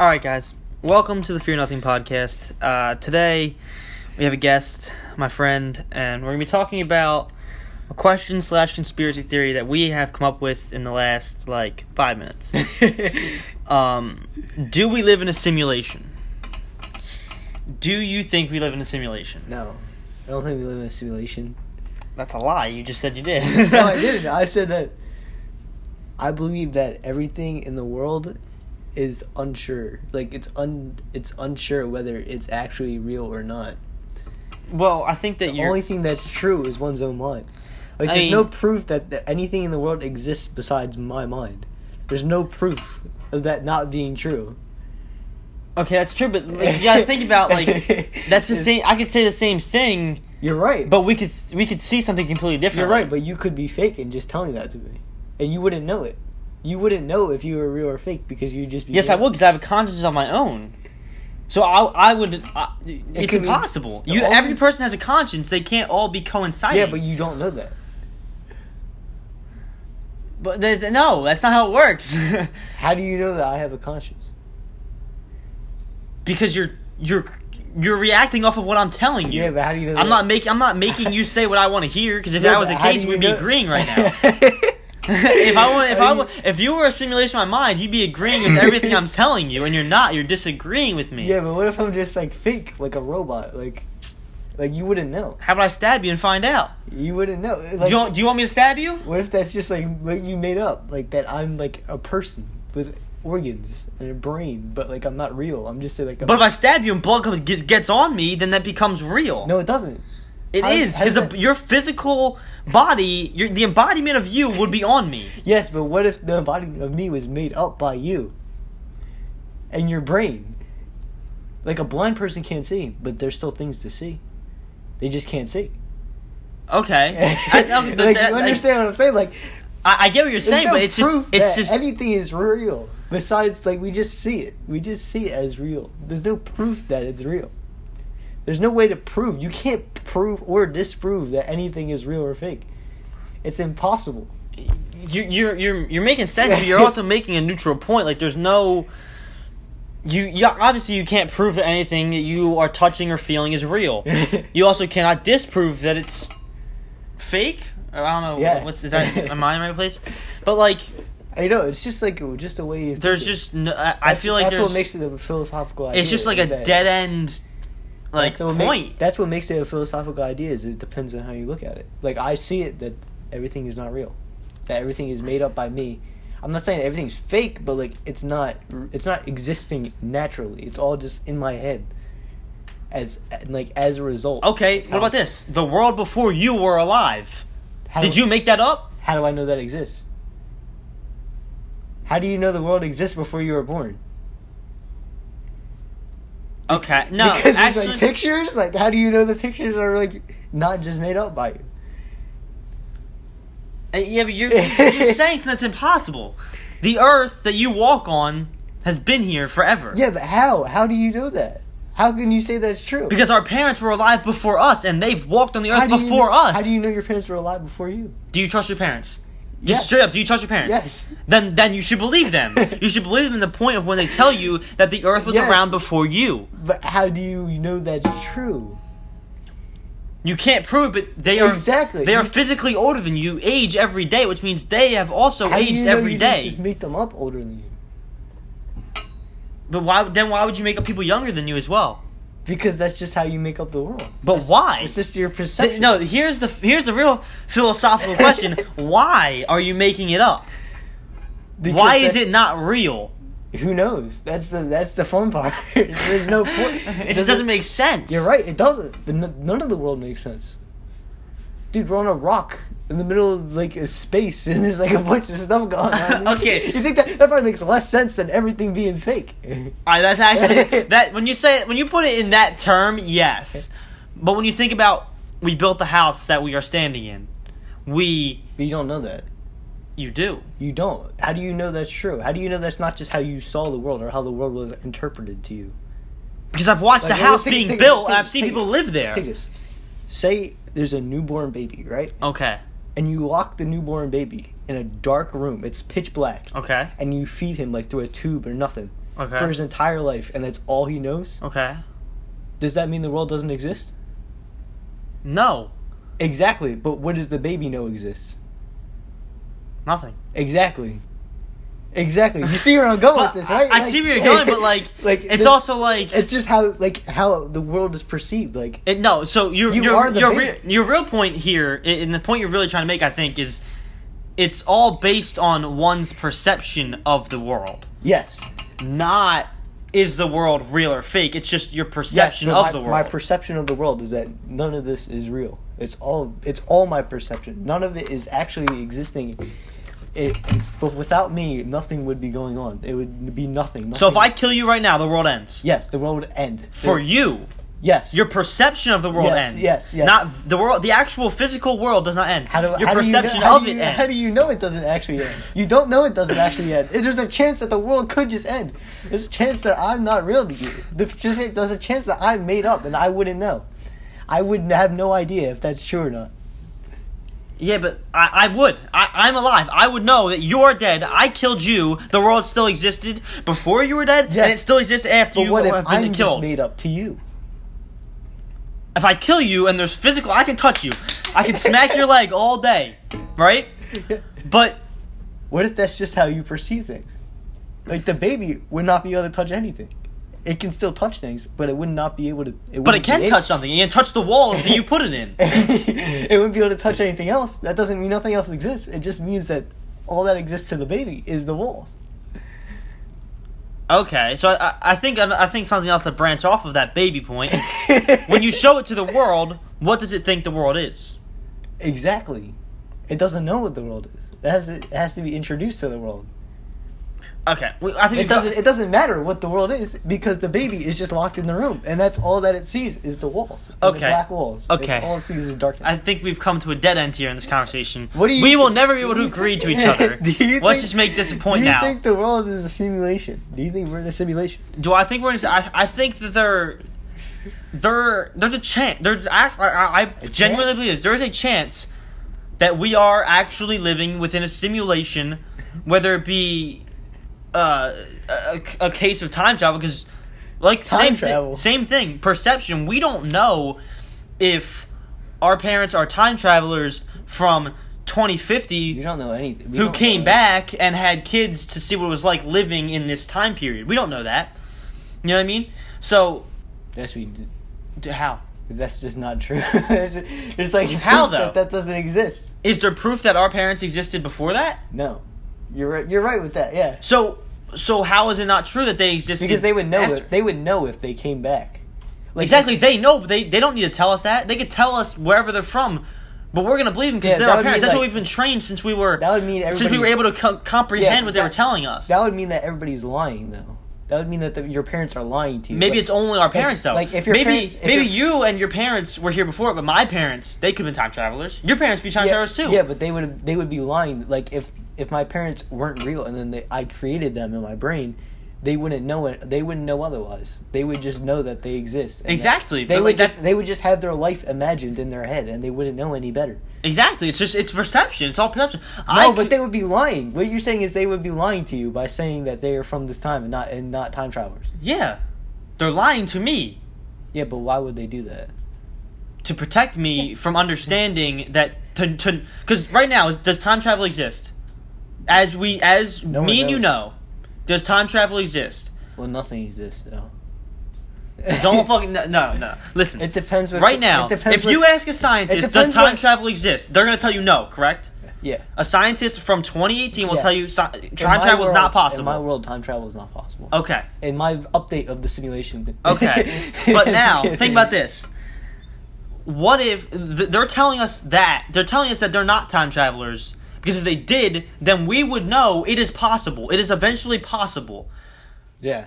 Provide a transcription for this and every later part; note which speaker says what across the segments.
Speaker 1: All right, guys. Welcome to the Fear Nothing podcast. Uh, today, we have a guest, my friend, and we're gonna be talking about a question slash conspiracy theory that we have come up with in the last like five minutes. um, do we live in a simulation? Do you think we live in a simulation?
Speaker 2: No, I don't think we live in a simulation.
Speaker 1: That's a lie. You just said you did.
Speaker 2: no, I didn't. I said that I believe that everything in the world is unsure. Like it's un it's unsure whether it's actually real or not.
Speaker 1: Well, I think that
Speaker 2: The
Speaker 1: you're.
Speaker 2: only thing that's true is one's own mind. Like
Speaker 1: I
Speaker 2: there's no
Speaker 1: mean-
Speaker 2: proof that, that anything in the world exists besides my mind. There's no proof of that not being true.
Speaker 1: okay, that's true, but like, you gotta think about like that's the same. I could say the same thing,
Speaker 2: You're right.
Speaker 1: but we could we could see something completely different.
Speaker 2: You're right, but you could be fake and just telling that to me, and you wouldn't know it. You wouldn't know if you were real or fake because you'd just be.
Speaker 1: Yes, I
Speaker 2: real.
Speaker 1: would because I have a conscience of my own. So I, I would. I, it's
Speaker 2: could be-
Speaker 1: impossible.
Speaker 2: the
Speaker 1: You,
Speaker 2: only-
Speaker 1: every person has a conscience. They can't all be coinciding.
Speaker 2: Yeah, but you don't know that.
Speaker 1: but they, they- no, that's not how it works.
Speaker 2: How do you know that I have a conscience?
Speaker 1: because you're you're you're reacting off of what I'm telling you.
Speaker 2: Yeah, but how do you know?
Speaker 1: I'm
Speaker 2: that?
Speaker 1: not making I'm not making you say what I want to hear. Because if
Speaker 2: Yeah,
Speaker 1: that was
Speaker 2: but
Speaker 1: the
Speaker 2: how do
Speaker 1: case,
Speaker 2: you
Speaker 1: we'd be
Speaker 2: know-
Speaker 1: agreeing right now. if I want, if
Speaker 2: How
Speaker 1: I
Speaker 2: do
Speaker 1: wa- if you were a simulation of my mind, you'd be agreeing with everything I'm telling you, and you're not. You're disagreeing with me.
Speaker 2: you- yeah, but what if I'm just like fake, like a robot, like, like you wouldn't know.
Speaker 1: How would I stab you and find out?
Speaker 2: You wouldn't know.
Speaker 1: Do
Speaker 2: Like,
Speaker 1: you, want- do you want me to stab you?
Speaker 2: what if that's just like what you made up, like that I'm like a person with organs and a brain, but like I'm not real. I'm just like. A,
Speaker 1: But if I stab you and blood comes, get, gets on me, then that becomes real.
Speaker 2: no, it doesn't.
Speaker 1: it
Speaker 2: how does-
Speaker 1: is
Speaker 2: how does
Speaker 1: because
Speaker 2: that-
Speaker 1: your physical body, your, the embodiment of you, would be on me.
Speaker 2: Yes, but what if the body of me was made up by you and your brain? Like a blind person can't see, but there's still things to see. They just can't see.
Speaker 1: Okay, I,
Speaker 2: like,
Speaker 1: okay, but that-
Speaker 2: you
Speaker 1: I-
Speaker 2: understand what I'm saying? Like,
Speaker 1: I, I get what you're
Speaker 2: there's
Speaker 1: saying,
Speaker 2: no
Speaker 1: but it's just
Speaker 2: proof
Speaker 1: it's
Speaker 2: that
Speaker 1: just
Speaker 2: anything is real. Besides, like we just see it. We just see it as real. There's no proof that it's real. There's no way to prove. You can't prove or disprove that anything is real or fake. It's impossible.
Speaker 1: you're you're you're, you're making sense, but you're also making a neutral point. Like there's no. You, you obviously you can't prove that anything that you are touching or feeling is real. You also cannot disprove that it's fake. Or I don't know.
Speaker 2: Yeah.
Speaker 1: What's is that? Am I in the right place? But like,
Speaker 2: I know it's just like just a way. Of
Speaker 1: there's
Speaker 2: thinking.
Speaker 1: just no, I, I
Speaker 2: That's-
Speaker 1: feel like
Speaker 2: that's
Speaker 1: there's
Speaker 2: what makes it a philosophical idea.
Speaker 1: it's just like a
Speaker 2: is that-
Speaker 1: dead end like
Speaker 2: that's what
Speaker 1: point.
Speaker 2: make- that's what makes it a philosophical idea. Is it depends on how you look at it. Like I see it that everything is not real, that everything is made up by me. I'm not saying everything's fake, but like it's not. It's not existing naturally. It's all just in my head, as and, like as a result.
Speaker 1: okay, what about this? The world before you were alive.
Speaker 2: How
Speaker 1: Did
Speaker 2: do,
Speaker 1: you make that up?
Speaker 2: How do I know that exists? How do you know the world exists before you were born?
Speaker 1: Okay, no.
Speaker 2: because
Speaker 1: actually,
Speaker 2: it's like pictures. Like, how do you know the pictures are like not just made up by you?
Speaker 1: Uh, yeah, but you're, you're saying something that's impossible. The Earth that you walk on has been here forever.
Speaker 2: Yeah, but how? How do you know that? How can you say that's true?
Speaker 1: Because our parents were alive before us, and they've walked on the
Speaker 2: how
Speaker 1: Earth
Speaker 2: do you
Speaker 1: before
Speaker 2: know,
Speaker 1: us.
Speaker 2: How do you know your parents were alive before you?
Speaker 1: Do you trust your parents? Just
Speaker 2: Yes.
Speaker 1: straight up, do you trust your parents?
Speaker 2: Yes.
Speaker 1: Then, then you should believe them. you should believe them to the point of when they tell you that the Earth was
Speaker 2: Yes.
Speaker 1: around before you.
Speaker 2: But how do you know that's true?
Speaker 1: You can't prove it, but they are
Speaker 2: Exactly.
Speaker 1: They are
Speaker 2: You-
Speaker 1: physically older than you, age every day, which means they have also
Speaker 2: How do
Speaker 1: aged
Speaker 2: you know
Speaker 1: every
Speaker 2: you didn't
Speaker 1: day.
Speaker 2: Just make them up older than you.
Speaker 1: But why? Then why would you make up people younger than you as well?
Speaker 2: Because that's just how you make up the world.
Speaker 1: But why?
Speaker 2: It's just your
Speaker 1: Th-
Speaker 2: perception.
Speaker 1: no, here's the here's the real philosophical question: Why are you making it up?
Speaker 2: Because
Speaker 1: why is
Speaker 2: that's-
Speaker 1: it not real?
Speaker 2: Who knows? That's the that's the fun part. There's no point.
Speaker 1: It just doesn't make sense.
Speaker 2: You're right. It doesn't. But n- none of the world makes sense. Dude, we're on a rock in the middle of like a space, and there's like a bunch of stuff going on.
Speaker 1: Okay.
Speaker 2: you think that that probably makes less sense than everything being fake?
Speaker 1: All right, that's actually that when you say it, when you put it in that term, yes. But when you think about we built the house that we are standing in, we
Speaker 2: but you don't know that.
Speaker 1: you do
Speaker 2: You don't. How do you know that's true? How do you know that's not just how you saw the world or how the world was interpreted to you?
Speaker 1: because I've watched the
Speaker 2: Like,
Speaker 1: house
Speaker 2: take-
Speaker 1: being
Speaker 2: take-
Speaker 1: built.
Speaker 2: take-
Speaker 1: and I've seen
Speaker 2: take
Speaker 1: people
Speaker 2: this.
Speaker 1: live there.
Speaker 2: Take this. Say there's a newborn baby, right?
Speaker 1: Okay,
Speaker 2: And you lock the newborn baby in a dark room. It's pitch black.
Speaker 1: okay,
Speaker 2: and you feed him like through a tube or nothing.
Speaker 1: Okay. Oh.
Speaker 2: for his entire life and that's all he knows,
Speaker 1: Okay.
Speaker 2: does that mean the world doesn't exist?
Speaker 1: No.
Speaker 2: Exactly. But what does the baby know exists?
Speaker 1: Nothing.
Speaker 2: Exactly. Exactly. You see where I'm going with
Speaker 1: But
Speaker 2: this,
Speaker 1: I-
Speaker 2: right?
Speaker 1: I see where you're going, but, like, it's
Speaker 2: the-
Speaker 1: also, like-
Speaker 2: it's just how like how the world is perceived. Like
Speaker 1: It, no, so your
Speaker 2: You
Speaker 1: your
Speaker 2: are the
Speaker 1: your,
Speaker 2: baby.
Speaker 1: re- your real point here, i- and the point you're really trying to make, I think, is it's all based on one's perception of the world,
Speaker 2: yes,
Speaker 1: not is the world real or fake. It's just your
Speaker 2: yes.
Speaker 1: perception
Speaker 2: but
Speaker 1: of
Speaker 2: my,
Speaker 1: the world.
Speaker 2: my perception of the world is that none of this is real. It's all it's all my perception. None of it is actually existing. It, but without me, nothing would be going on. It would be nothing.
Speaker 1: so if I
Speaker 2: nothing-
Speaker 1: kill you right now, the world ends.
Speaker 2: yes, the world would end
Speaker 1: For
Speaker 2: It-
Speaker 1: you,
Speaker 2: Yes,
Speaker 1: your perception of the world
Speaker 2: Yes,
Speaker 1: ends.
Speaker 2: yes, yes.
Speaker 1: Not the world. The actual physical world does not end.
Speaker 2: How do, how
Speaker 1: your
Speaker 2: do you know-
Speaker 1: perception
Speaker 2: how
Speaker 1: of
Speaker 2: do
Speaker 1: it
Speaker 2: you-
Speaker 1: ends.
Speaker 2: How do you know it doesn't actually end? You don't know it doesn't actually end. It- There's a chance that the world could just end. There's a chance that I'm not real to you. There's just there's a chance that I'm made up and I wouldn't know. I would have no idea if that's true or not.
Speaker 1: Yeah, but I, I would. I, I'm alive. I would know that you're dead. I killed you. The world still existed before you were dead, and it
Speaker 2: Yes.
Speaker 1: still exists after
Speaker 2: But
Speaker 1: you
Speaker 2: what if
Speaker 1: have been
Speaker 2: I'm just
Speaker 1: killed.
Speaker 2: made up to you?
Speaker 1: if I kill you and there's physical, I can touch you. I can smack your leg all day, right? But
Speaker 2: What if that's just how you perceive things? Like the baby would not be able to touch anything. It can still touch things, but it would not be able to. It
Speaker 1: but it can touch something. It can touch the walls that you put it in.
Speaker 2: it wouldn't be able to touch anything else. That doesn't mean nothing else exists. It just means that all that exists to the baby is the walls.
Speaker 1: Okay, so I, I think I think something else to branch off of that baby point. when you show it to the world, what does it think the world is?
Speaker 2: exactly, it doesn't know what the world is. It has to, it has to be introduced to the world.
Speaker 1: Okay, well, I think
Speaker 2: It doesn't. It doesn't matter what the world is because the baby is just locked in the room, and that's all that it sees is the walls. and
Speaker 1: Okay.
Speaker 2: The black walls. It's
Speaker 1: Okay.
Speaker 2: all it sees is darkness.
Speaker 1: I think we've come to a dead end here in this conversation.
Speaker 2: What do you
Speaker 1: we will
Speaker 2: thi-
Speaker 1: never be able
Speaker 2: do
Speaker 1: to
Speaker 2: you
Speaker 1: agree to
Speaker 2: think-
Speaker 1: each other.
Speaker 2: Do you think-
Speaker 1: Let's just make this a point
Speaker 2: do you
Speaker 1: now.
Speaker 2: think the world is a simulation? Do you think we're in a simulation?
Speaker 1: do I think we're? In, I I think that there, there, there's a chance. There's act. I, I, I genuinely
Speaker 2: chance?
Speaker 1: believe this. There is a chance that we are actually living within a simulation, whether it be uh, a, a case of time travel, because like
Speaker 2: Time
Speaker 1: same thi-
Speaker 2: travel.
Speaker 1: same thing. Perception. We don't know if our parents are time travelers from 2050
Speaker 2: You don't know anything. We
Speaker 1: who
Speaker 2: don't
Speaker 1: came
Speaker 2: know
Speaker 1: back and had kids to see what it was like living in this time period. We don't know that. You know what I mean? So,
Speaker 2: Yes, we do.
Speaker 1: d- how?
Speaker 2: Because that's just not true. There's there's, like
Speaker 1: How,
Speaker 2: proof that
Speaker 1: though?
Speaker 2: that doesn't exist.
Speaker 1: Is there proof that our parents existed before that?
Speaker 2: No, you're right. You're right with that. Yeah,
Speaker 1: So, so how is it not true that they existed?
Speaker 2: because they would know
Speaker 1: after?
Speaker 2: it. They would know if they came back. Like,
Speaker 1: exactly. They know, but they, they don't need to tell us that. They could tell us wherever they're from, but we're gonna believe them because
Speaker 2: Yeah,
Speaker 1: they're
Speaker 2: that
Speaker 1: our
Speaker 2: would
Speaker 1: parents.
Speaker 2: mean,
Speaker 1: That's what
Speaker 2: like-
Speaker 1: we've been trained since we were.
Speaker 2: That would mean
Speaker 1: since we were able
Speaker 2: everybody's-
Speaker 1: to co- comprehend
Speaker 2: Yeah,
Speaker 1: what they were
Speaker 2: that-
Speaker 1: telling us.
Speaker 2: That would mean that everybody's lying, though. That would mean that the, your parents are lying to you.
Speaker 1: Maybe
Speaker 2: Like,
Speaker 1: it's only our
Speaker 2: because,
Speaker 1: parents though.
Speaker 2: Like if your
Speaker 1: maybe
Speaker 2: parents, if
Speaker 1: maybe
Speaker 2: your-
Speaker 1: you and your parents were here before, but my parents they could have been time travelers. Your parents be time
Speaker 2: yeah,
Speaker 1: travelers too.
Speaker 2: Yeah, but they would they would be lying. Like if if my parents weren't real and then they, I created them in my brain. They wouldn't know it. They wouldn't know otherwise. They would just know that they exist. and that-
Speaker 1: Exactly,
Speaker 2: They
Speaker 1: but,
Speaker 2: would
Speaker 1: like,
Speaker 2: just
Speaker 1: that's-
Speaker 2: they would just have their life imagined in their head, and they wouldn't know any better.
Speaker 1: exactly. It's just it's perception. It's all perception.
Speaker 2: No,
Speaker 1: I
Speaker 2: but
Speaker 1: could-
Speaker 2: they would be lying. What you're saying is they would be lying to you by saying that they are from this time and not and not time travelers.
Speaker 1: yeah, they're lying to me
Speaker 2: Yeah, but why would they do that?
Speaker 1: to protect me from understanding that to to because right now is, does time travel exist? As we as
Speaker 2: No one
Speaker 1: me and you
Speaker 2: knows.
Speaker 1: know, does time travel exist?
Speaker 2: Well, nothing exists though.
Speaker 1: Don't fucking no no. no. Listen,
Speaker 2: It depends. What
Speaker 1: right now,
Speaker 2: it depends
Speaker 1: if
Speaker 2: what-
Speaker 1: you ask a scientist, does
Speaker 2: depends
Speaker 1: time
Speaker 2: what-
Speaker 1: travel exist? They're gonna tell you no, correct?
Speaker 2: yeah,
Speaker 1: A scientist from 2018 will
Speaker 2: Yeah.
Speaker 1: tell you si-
Speaker 2: In my
Speaker 1: time travel is
Speaker 2: world- In my
Speaker 1: not possible.
Speaker 2: world, time travel is not possible.
Speaker 1: Okay.
Speaker 2: In my update of the simulation.
Speaker 1: Okay. but now, think about this. What if th- they're telling us that they're telling us that they're not time travelers? Because if they did, then we would know it is possible. It is eventually possible,
Speaker 2: Yeah.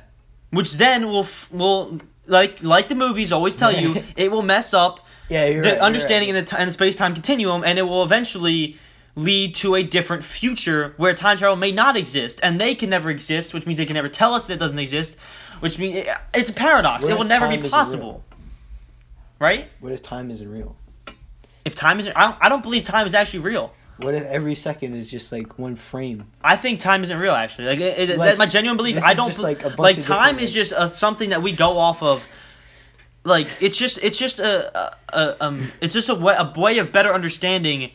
Speaker 1: which then will f- will like like the movies always tell you, it will mess up
Speaker 2: Yeah, you're
Speaker 1: the
Speaker 2: right, you're
Speaker 1: understanding
Speaker 2: right.
Speaker 1: in the t- in the space time continuum, and it will eventually lead to a different future where time travel may not exist, and they can never exist, which means they can never tell us that it doesn't exist, which means it's a paradox.
Speaker 2: What
Speaker 1: it
Speaker 2: if
Speaker 1: will never
Speaker 2: time
Speaker 1: be
Speaker 2: isn't
Speaker 1: possible, right?
Speaker 2: What if time isn't real?
Speaker 1: If time isn't, I don't, I don't believe time is actually real.
Speaker 2: What if every second is just like one frame?
Speaker 1: I think time isn't real. Actually, like, it, it-
Speaker 2: Like,
Speaker 1: that's my genuine belief.
Speaker 2: this
Speaker 1: I
Speaker 2: is
Speaker 1: don't
Speaker 2: just,
Speaker 1: bel-
Speaker 2: like,
Speaker 1: like,
Speaker 2: a bunch of
Speaker 1: time
Speaker 2: different,
Speaker 1: is
Speaker 2: like-
Speaker 1: just uh something that we go off of. Like it's just it's just a, a, a um it's just a way, a way of better understanding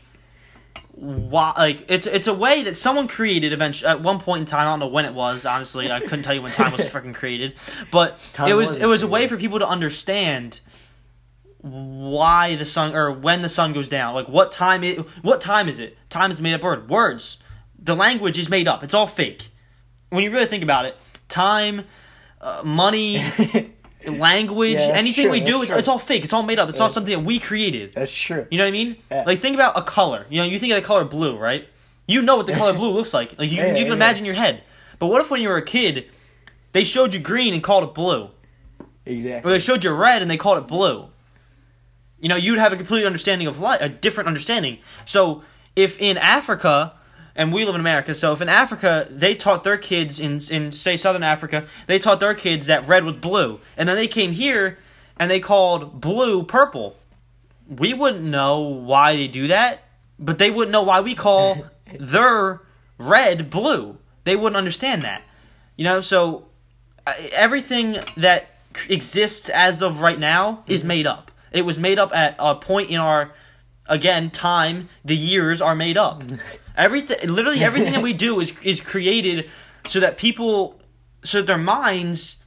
Speaker 1: why like it's it's a way that someone created eventually at one point in time. I don't know when it was. Honestly, I couldn't tell you when time was freaking created, but
Speaker 2: Time
Speaker 1: it was
Speaker 2: was
Speaker 1: it was a way
Speaker 2: created.
Speaker 1: for people to understand why the sun or when the sun goes down. Like what time it what time is it? Time is a made up word. Words. The language is made up. It's all fake. When you really think about it, time, uh, money, language,
Speaker 2: Yeah, that's
Speaker 1: anything
Speaker 2: true,
Speaker 1: we do,
Speaker 2: that's
Speaker 1: it's,
Speaker 2: true.
Speaker 1: it's all fake. It's all made up. It's all something that we created.
Speaker 2: That's true.
Speaker 1: You know what I mean?
Speaker 2: Yeah.
Speaker 1: Like think about a color. You know, you think of the color blue, right? You know what the color blue looks like. Like you,
Speaker 2: Yeah,
Speaker 1: you can
Speaker 2: yeah.
Speaker 1: imagine in your head. But what if when you were a kid, they showed you green and called it blue? Or
Speaker 2: exactly.
Speaker 1: they showed you red and they called it blue. You know, you'd have a complete understanding of life, a different understanding. So, if in Africa, and we live in America, so if in Africa they taught their kids in in say Southern Africa, they taught their kids that red was blue, and then they came here and they called blue purple. We wouldn't know why they do that, but they wouldn't know why we call their red blue. They wouldn't understand that. You know, so uh, everything that c- exists as of right now
Speaker 2: Mm-hmm.
Speaker 1: is made up. It was made up at a point in our, again, time. The years are made up. everything, literally, everything that we do is is created so that people, so that their minds.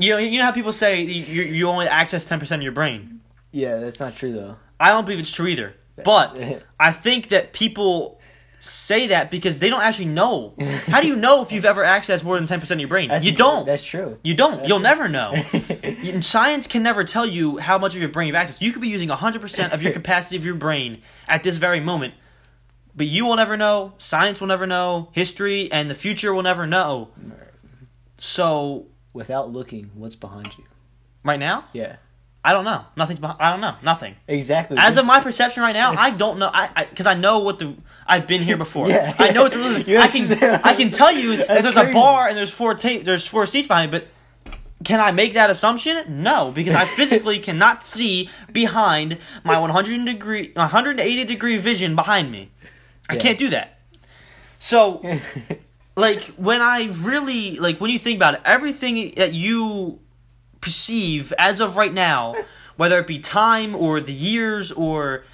Speaker 1: You know, you know how people say you, you only access ten percent of your brain.
Speaker 2: Yeah, that's not true though.
Speaker 1: I don't believe it's true either. But I think that people say that because they don't actually know. How do you know if you've ever accessed more than ten percent of your brain?
Speaker 2: That's
Speaker 1: you don't.
Speaker 2: That's true.
Speaker 1: You don't. You'll never know. You- Science can never tell you how much of your brain you've accessed. You could be using 100% of your capacity of your brain at this very moment, but you will never know. Science will never know. History and the future will never know. So,
Speaker 2: Without looking, what's behind you?
Speaker 1: right now,
Speaker 2: Yeah.
Speaker 1: I don't know. Nothing's behind. I don't know. Nothing.
Speaker 2: Exactly.
Speaker 1: As of my perception right now, I don't know. I because I, know what the I've been here before.
Speaker 2: Yeah.
Speaker 1: I know what the rules. are.
Speaker 2: You
Speaker 1: I can
Speaker 2: understand?
Speaker 1: I can tell you that
Speaker 2: That's
Speaker 1: there's a
Speaker 2: crazy.
Speaker 1: bar and there's four ta- there's four seats behind me, but can I make that assumption? No, because I physically cannot see behind my 100 degree 180 degree vision behind me. I
Speaker 2: Yeah.
Speaker 1: can't do that. So like when I really like when you think about it, everything that you perceive as of right now, whether it be time or the years or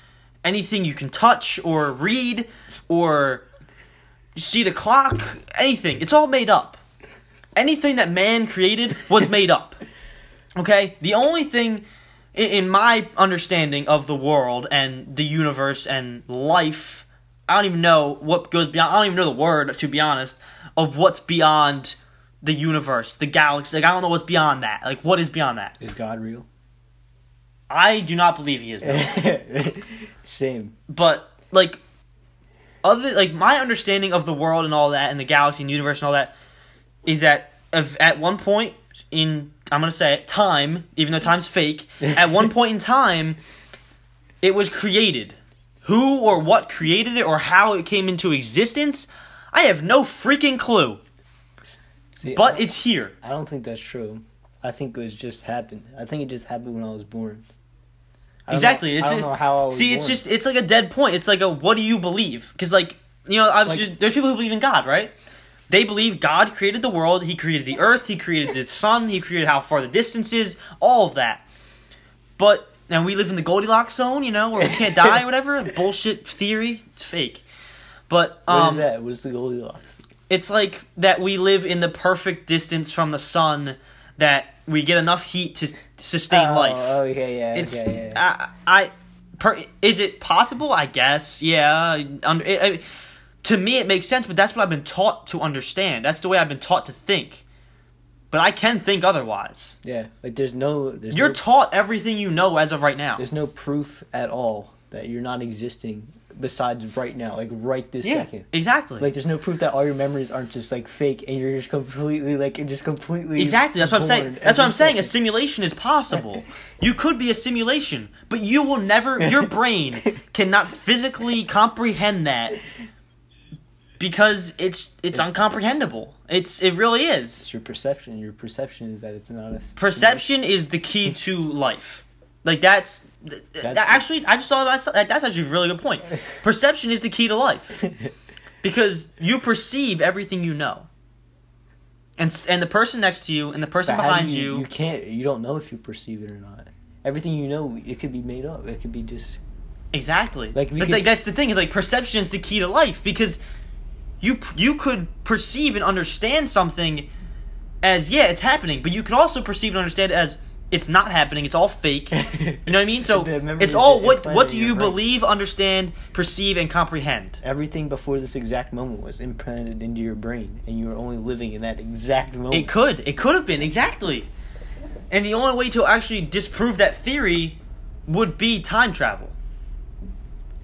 Speaker 1: anything you can touch or read or see the clock, anything, it's all made up. Anything that man created was made up. Okay? The only thing i- in my understanding of the world and the universe and life, I don't even know what goes beyond. I don't even know the word to be honest of what's beyond the universe, the galaxy. Like I don't know what's beyond that. Like what is beyond that?
Speaker 2: Is God real?
Speaker 1: I do not believe he is. no.
Speaker 2: Same.
Speaker 1: but like other like my understanding of the world and all that and the galaxy and universe and all that is that of, at one point in I'm gonna say it, time, even though time's fake, at one point in time, it was created. Who or what created it or how it came into existence, I have no freaking clue.
Speaker 2: See,
Speaker 1: But it's here.
Speaker 2: I don't think that's true. I think it was just happened. I think it just happened when I was born. I don't know-
Speaker 1: Exactly. it's
Speaker 2: I don't know how I was
Speaker 1: see. It's
Speaker 2: born.
Speaker 1: just it's like a dead point. It's like a what do you believe? Because like you know, obviously
Speaker 2: Like-
Speaker 1: there's people who believe in God, right? They believe God created the world. He created the earth. He created the sun. He created how far the distance is. All of that. But and we live in the Goldilocks zone, you know, where we can't die or whatever. Bullshit theory. It's fake. But
Speaker 2: What is
Speaker 1: um,
Speaker 2: that? What's the Goldilocks?
Speaker 1: it's like that we live in the perfect distance from the sun that we get enough heat to sustain
Speaker 2: oh,
Speaker 1: life.
Speaker 2: Oh yeah, yeah.
Speaker 1: It's
Speaker 2: okay, yeah, yeah.
Speaker 1: I, I per, is it possible? I guess yeah. Under it, I, to me, it makes sense, but that's what I've been taught to understand. That's the way I've been taught to think. But I can think otherwise.
Speaker 2: yeah. Like there's no there's
Speaker 1: You're
Speaker 2: no,
Speaker 1: taught everything you know as of right now.
Speaker 2: there's no proof at all that you're not existing besides right now, like right this
Speaker 1: Yeah,
Speaker 2: second.
Speaker 1: exactly.
Speaker 2: Like there's no proof that all your memories aren't just like fake and you're just completely like and just completely
Speaker 1: Exactly. That's what I'm saying.
Speaker 2: born
Speaker 1: That's what I'm
Speaker 2: every
Speaker 1: saying. A
Speaker 2: second.
Speaker 1: simulation is possible. You could be a simulation, but you will never. Your brain cannot physically comprehend that because it's it's, uncomprehendable. It's it really is.
Speaker 2: It's your perception. Your perception is that it's not a
Speaker 1: Perception is the key to life. Like that's, th- th-
Speaker 2: That's-
Speaker 1: actually I just thought about myself- like, that's actually a really good point. Perception is the key to life because you perceive everything you know. And s- and the person next to you and the person
Speaker 2: But how do
Speaker 1: behind
Speaker 2: you,
Speaker 1: you,
Speaker 2: you can't. You don't know if you perceive it or not. Everything you know, it could be made up. It could be just.
Speaker 1: exactly.
Speaker 2: Like, we
Speaker 1: but
Speaker 2: could-
Speaker 1: like, that's the thing is like perception is the key to life because you p- you could perceive and understand something as yeah it's happening, but you could also perceive and understand it as it's not happening. It's all fake. You know what I mean? So
Speaker 2: The memory
Speaker 1: it's
Speaker 2: is
Speaker 1: all
Speaker 2: the
Speaker 1: what
Speaker 2: implant
Speaker 1: what
Speaker 2: in
Speaker 1: do
Speaker 2: your
Speaker 1: you
Speaker 2: brain.
Speaker 1: believe, understand, perceive, and comprehend.
Speaker 2: Everything before this exact moment was implanted into your brain, and you were only living in that exact moment.
Speaker 1: It could. It could have been exactly. And the only way to actually disprove that theory would be time travel.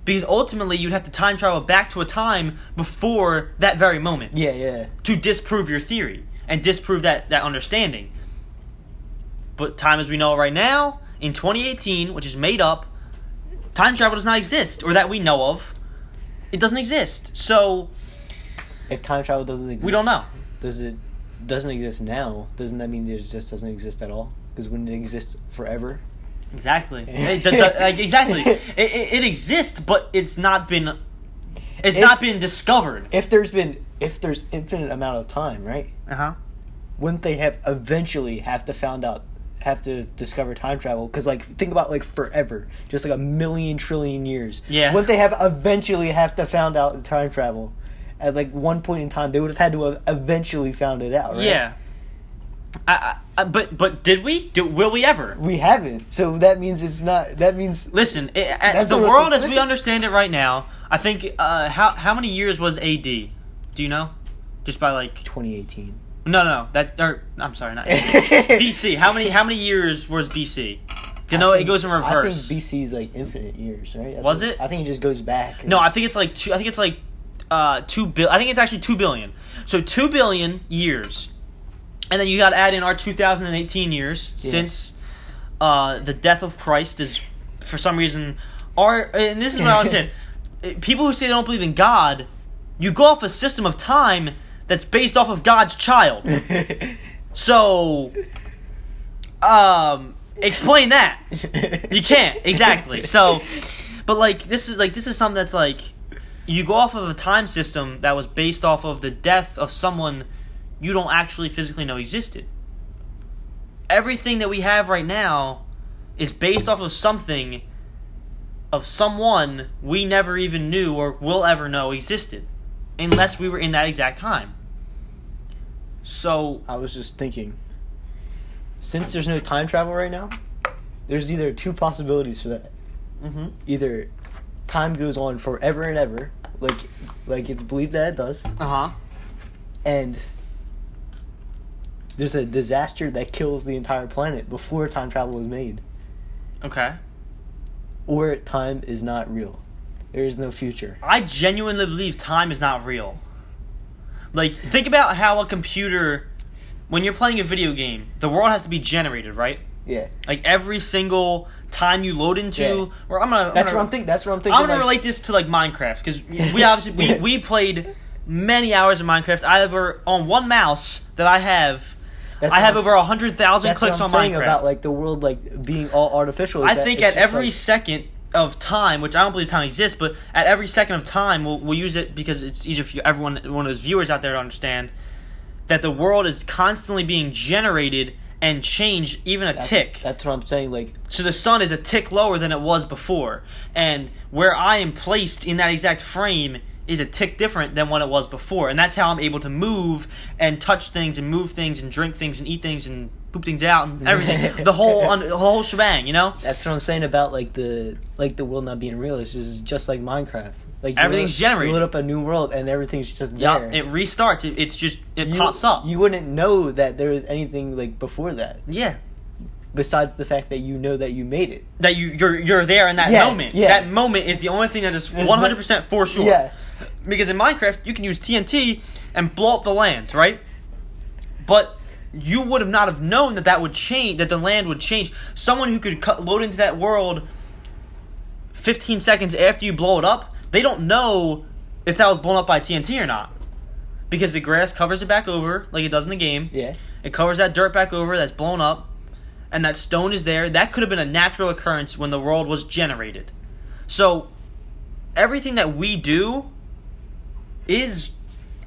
Speaker 1: Because ultimately, you'd have to time travel back to a time before that very moment
Speaker 2: Yeah, yeah.
Speaker 1: to disprove your theory and disprove that, that understanding. But time as we know it right now, in 2018, which is made up, time travel does not exist, or that we know of. It doesn't exist. So,
Speaker 2: If time travel doesn't exist,
Speaker 1: don't know.
Speaker 2: Does it? Doesn't exist now? Doesn't that mean it just doesn't exist at all? Because wouldn't it exist forever?
Speaker 1: exactly. It- th- th- like, exactly. It, it, it exists, but it's not been. It's
Speaker 2: If-
Speaker 1: not been discovered.
Speaker 2: If there's been, if there's infinite amount of time, right?
Speaker 1: Uh huh.
Speaker 2: wouldn't they have eventually have to found out have to discover time travel because like think about like forever just like a million trillion years
Speaker 1: Yeah.
Speaker 2: wouldn't they have eventually have to found out time travel at like one point in time they would have had to have eventually found it out right
Speaker 1: Yeah. I, I, I, but but did we? Do, will we ever?
Speaker 2: we haven't so that means it's not that means
Speaker 1: Listen, i at
Speaker 2: That's
Speaker 1: the
Speaker 2: what was
Speaker 1: world as we
Speaker 2: suspicious.
Speaker 1: understand it right now, I think uh, how how many years was AD? Do you know? Just by like
Speaker 2: 2018
Speaker 1: no no that or I'm sorry not AD. BC. How many how many years was BC? Do you know
Speaker 2: I
Speaker 1: it
Speaker 2: think-
Speaker 1: goes in
Speaker 2: i
Speaker 1: reverse?
Speaker 2: think bc is like infinite years right That's
Speaker 1: Was
Speaker 2: what-
Speaker 1: it?
Speaker 2: i think it just goes back
Speaker 1: no, I think it's like two. I think it's like uh two bill. I think it's actually two billion. So two billion years, and then you got to add in our 2018 years
Speaker 2: Yeah.
Speaker 1: since uh the death of Christ is for some reason our and this is what I was saying. Uh, People who say they don't believe in God, you go off a system of time that's based off of God's child. So, um, explain that. You can't exactly. So, but like this is like this is something that's like you go off of a time system that was based off of the death of someone you don't actually physically know existed. Everything that we have right now is based off of something of someone we never even knew or will ever know existed unless we were in that exact time. So,
Speaker 2: I was just thinking, since there's no time travel right now, there's either two possibilities for that.
Speaker 1: mm-hmm.
Speaker 2: Either time goes on forever and ever, like like it's believed that it does,
Speaker 1: uh huh.
Speaker 2: and there's a disaster that kills the entire planet before time travel was made,
Speaker 1: Okay.
Speaker 2: or time is not real. There is no future.
Speaker 1: I genuinely believe time is not real. Like, think about how a computer, when you're playing a video game, the world has to be generated, right?
Speaker 2: Yeah,
Speaker 1: Like every single time you load into,
Speaker 2: Yeah.
Speaker 1: or I'm gonna. I'm
Speaker 2: that's
Speaker 1: gonna-
Speaker 2: what I'm thinking. That's what I'm thinking.
Speaker 1: I'm gonna
Speaker 2: like-
Speaker 1: relate this to like Minecraft because we obviously we, we played many hours of Minecraft. I ever on one mouse that I have,
Speaker 2: That's
Speaker 1: I
Speaker 2: what
Speaker 1: have
Speaker 2: I'm
Speaker 1: over hundred thousand
Speaker 2: That's
Speaker 1: clicks
Speaker 2: what I'm
Speaker 1: on
Speaker 2: saying
Speaker 1: Minecraft.
Speaker 2: about like the world like being all artificial. is
Speaker 1: I
Speaker 2: that
Speaker 1: think
Speaker 2: it's
Speaker 1: at
Speaker 2: just,
Speaker 1: every
Speaker 2: like-
Speaker 1: second of time, which I don't believe time exists, but at every second of time, we'll, we'll use it because it's easier for you, everyone, one of those viewers out there to understand that the world is constantly being generated and changed, even a
Speaker 2: That's-
Speaker 1: tick.
Speaker 2: That's what I'm saying. Like
Speaker 1: so the sun is a tick lower than it was before, and where I am placed in that exact frame is a tick different than what it was before, and that's how I'm able to move and touch things and move things and drink things and eat things and poop things out and everything. the whole un- the whole shebang, you know.
Speaker 2: that's what I'm saying about like the like the world not being real. It's just just like Minecraft. Like you
Speaker 1: Everything's
Speaker 2: load-
Speaker 1: generated.
Speaker 2: You load up a new world and everything's just
Speaker 1: Yeah,
Speaker 2: there.
Speaker 1: it restarts. It, it's just it
Speaker 2: You-
Speaker 1: pops up.
Speaker 2: You wouldn't know that there was anything like before that,
Speaker 1: yeah,
Speaker 2: besides the fact that you know that you made it.
Speaker 1: that you you're you're there in that
Speaker 2: Yeah,
Speaker 1: moment.
Speaker 2: yeah.
Speaker 1: That moment is the only thing that is
Speaker 2: There's
Speaker 1: one hundred percent for sure.
Speaker 2: Yeah,
Speaker 1: Because in Minecraft you can use TNT and blow up the land, right? But you would have not have known that that would change. That the land would change. Someone who could cut, load into that world fifteen seconds after you blow it up, they don't know if that was blown up by TNT or not. Because the grass covers it back over like it does in the game.
Speaker 2: yeah.
Speaker 1: It covers that dirt back over that's blown up, and that stone is there, that could have been a natural occurrence when the world was generated. So everything that we do is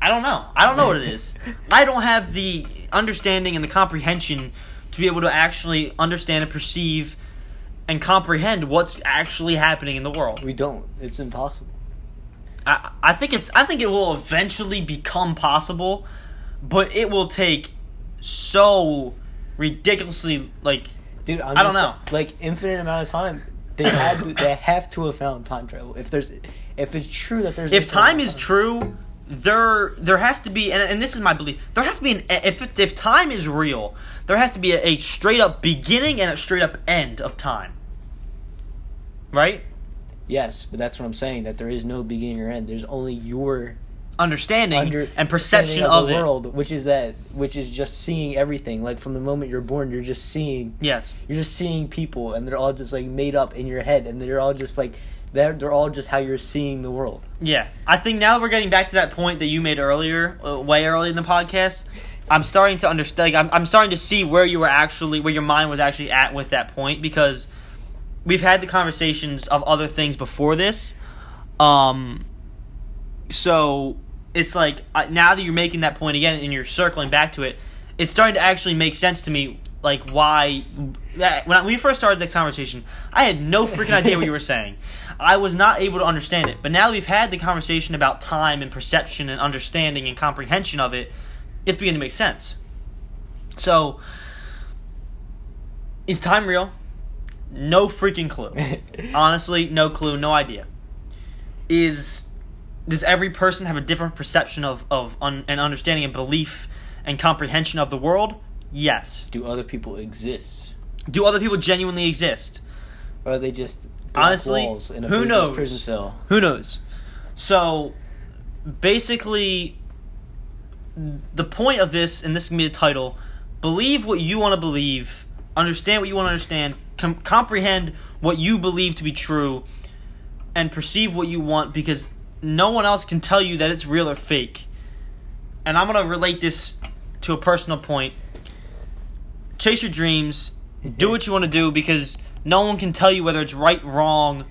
Speaker 1: I don't know. I don't know what it is. I don't have the understanding and the comprehension to be able to actually understand and perceive and comprehend what's actually happening in the world.
Speaker 2: We don't. It's impossible.
Speaker 1: I, I think it's I think it will eventually become possible, but it will take so ridiculously like
Speaker 2: Dude, I'm
Speaker 1: I don't
Speaker 2: just- Like infinite amount of time. They had to, they have to have found time travel. If there's if it's true that there's
Speaker 1: if
Speaker 2: infinite
Speaker 1: time
Speaker 2: amount
Speaker 1: is
Speaker 2: of
Speaker 1: true, there there has to be and, and this is my belief. There has to be an if if time is real, there has to be a, a straight up beginning and a straight up end of time. Right?
Speaker 2: Yes, but that's what I'm saying. That there is no beginning or end. There's only your
Speaker 1: Understanding
Speaker 2: under
Speaker 1: and perception
Speaker 2: understanding
Speaker 1: of,
Speaker 2: the
Speaker 1: it.
Speaker 2: world, which is that, which is just seeing everything. Like from the moment you're born, you're just seeing,
Speaker 1: Yes.
Speaker 2: you're just seeing people, and they're all just like made up in your head, and they're all just like, they're they're all just how you're seeing the world.
Speaker 1: Yeah, I think now that we're getting back to that point that you made earlier, uh, way early in the podcast, I'm starting to understand. Like, I'm I'm starting to see where you were actually, where your mind was actually at with that point because we've had the conversations of other things before this. Um, so it's like I now that you're making that point again and you're circling back to it, it's starting to actually make sense to me. Like why that- when we first started the conversation, I had no freaking idea what you were saying. I was not able to understand it. But now that we've had the conversation about time and perception and understanding and comprehension of it, it's beginning to make sense. So, is time real? No freaking clue. Honestly, no clue, no idea. Is does every person have a different perception of of un, and understanding and belief and comprehension of the world? Yes.
Speaker 2: Do other people exist,
Speaker 1: Do other people genuinely exist?
Speaker 2: or are they just blank
Speaker 1: Honestly,
Speaker 2: walls in a
Speaker 1: who
Speaker 2: big
Speaker 1: knows?
Speaker 2: prison cell?
Speaker 1: Who knows? So, basically, the point of this, and this can be the title: believe what you want to believe, understand what you want to understand, com- comprehend what you believe to be true, and perceive what you want because no one else can tell you that it's real or fake. And I'm gonna relate this to a personal point. Chase your dreams, do what you want to do because no one can tell you whether it's right, wrong,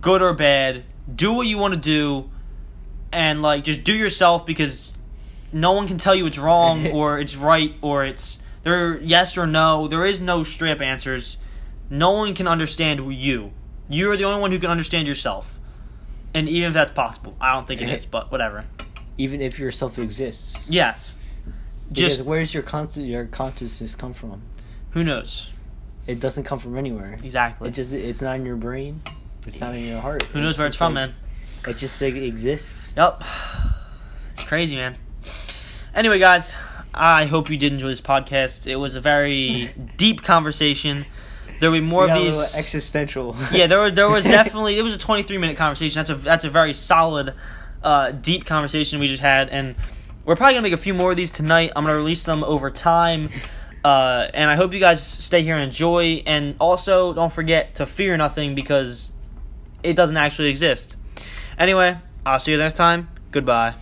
Speaker 1: good or bad. Do what you want to do, and like just do yourself because no one can tell you it's wrong or it's right or it's there yes or no. There is no straight up answers. No one can understand you. You are the only one who can understand yourself. And even if that's possible, I don't think it is, but whatever.
Speaker 2: Even if yourself exists,
Speaker 1: Yes.
Speaker 2: because
Speaker 1: Just
Speaker 2: where's your conscious your consciousness come from?
Speaker 1: who knows?
Speaker 2: It doesn't come from anywhere.
Speaker 1: Exactly.
Speaker 2: It just it's not in your brain. It's not in your heart.
Speaker 1: who knows where it's
Speaker 2: just
Speaker 1: from,
Speaker 2: like-
Speaker 1: man?
Speaker 2: It just like, exists.
Speaker 1: Yep. It's crazy, man. Anyway, guys, I hope you did enjoy this podcast. It was a very deep conversation. There'll be more
Speaker 2: We got
Speaker 1: of
Speaker 2: a
Speaker 1: these.
Speaker 2: little existential.
Speaker 1: yeah, there were, there was definitely it was a 23 minute conversation. That's a that's a very solid, uh, deep conversation we just had, and we're probably gonna make a few more of these tonight. I'm gonna release them over time, uh, and I hope you guys stay here and enjoy. And also, don't forget to fear nothing because it doesn't actually exist. Anyway, I'll see you next time. Goodbye.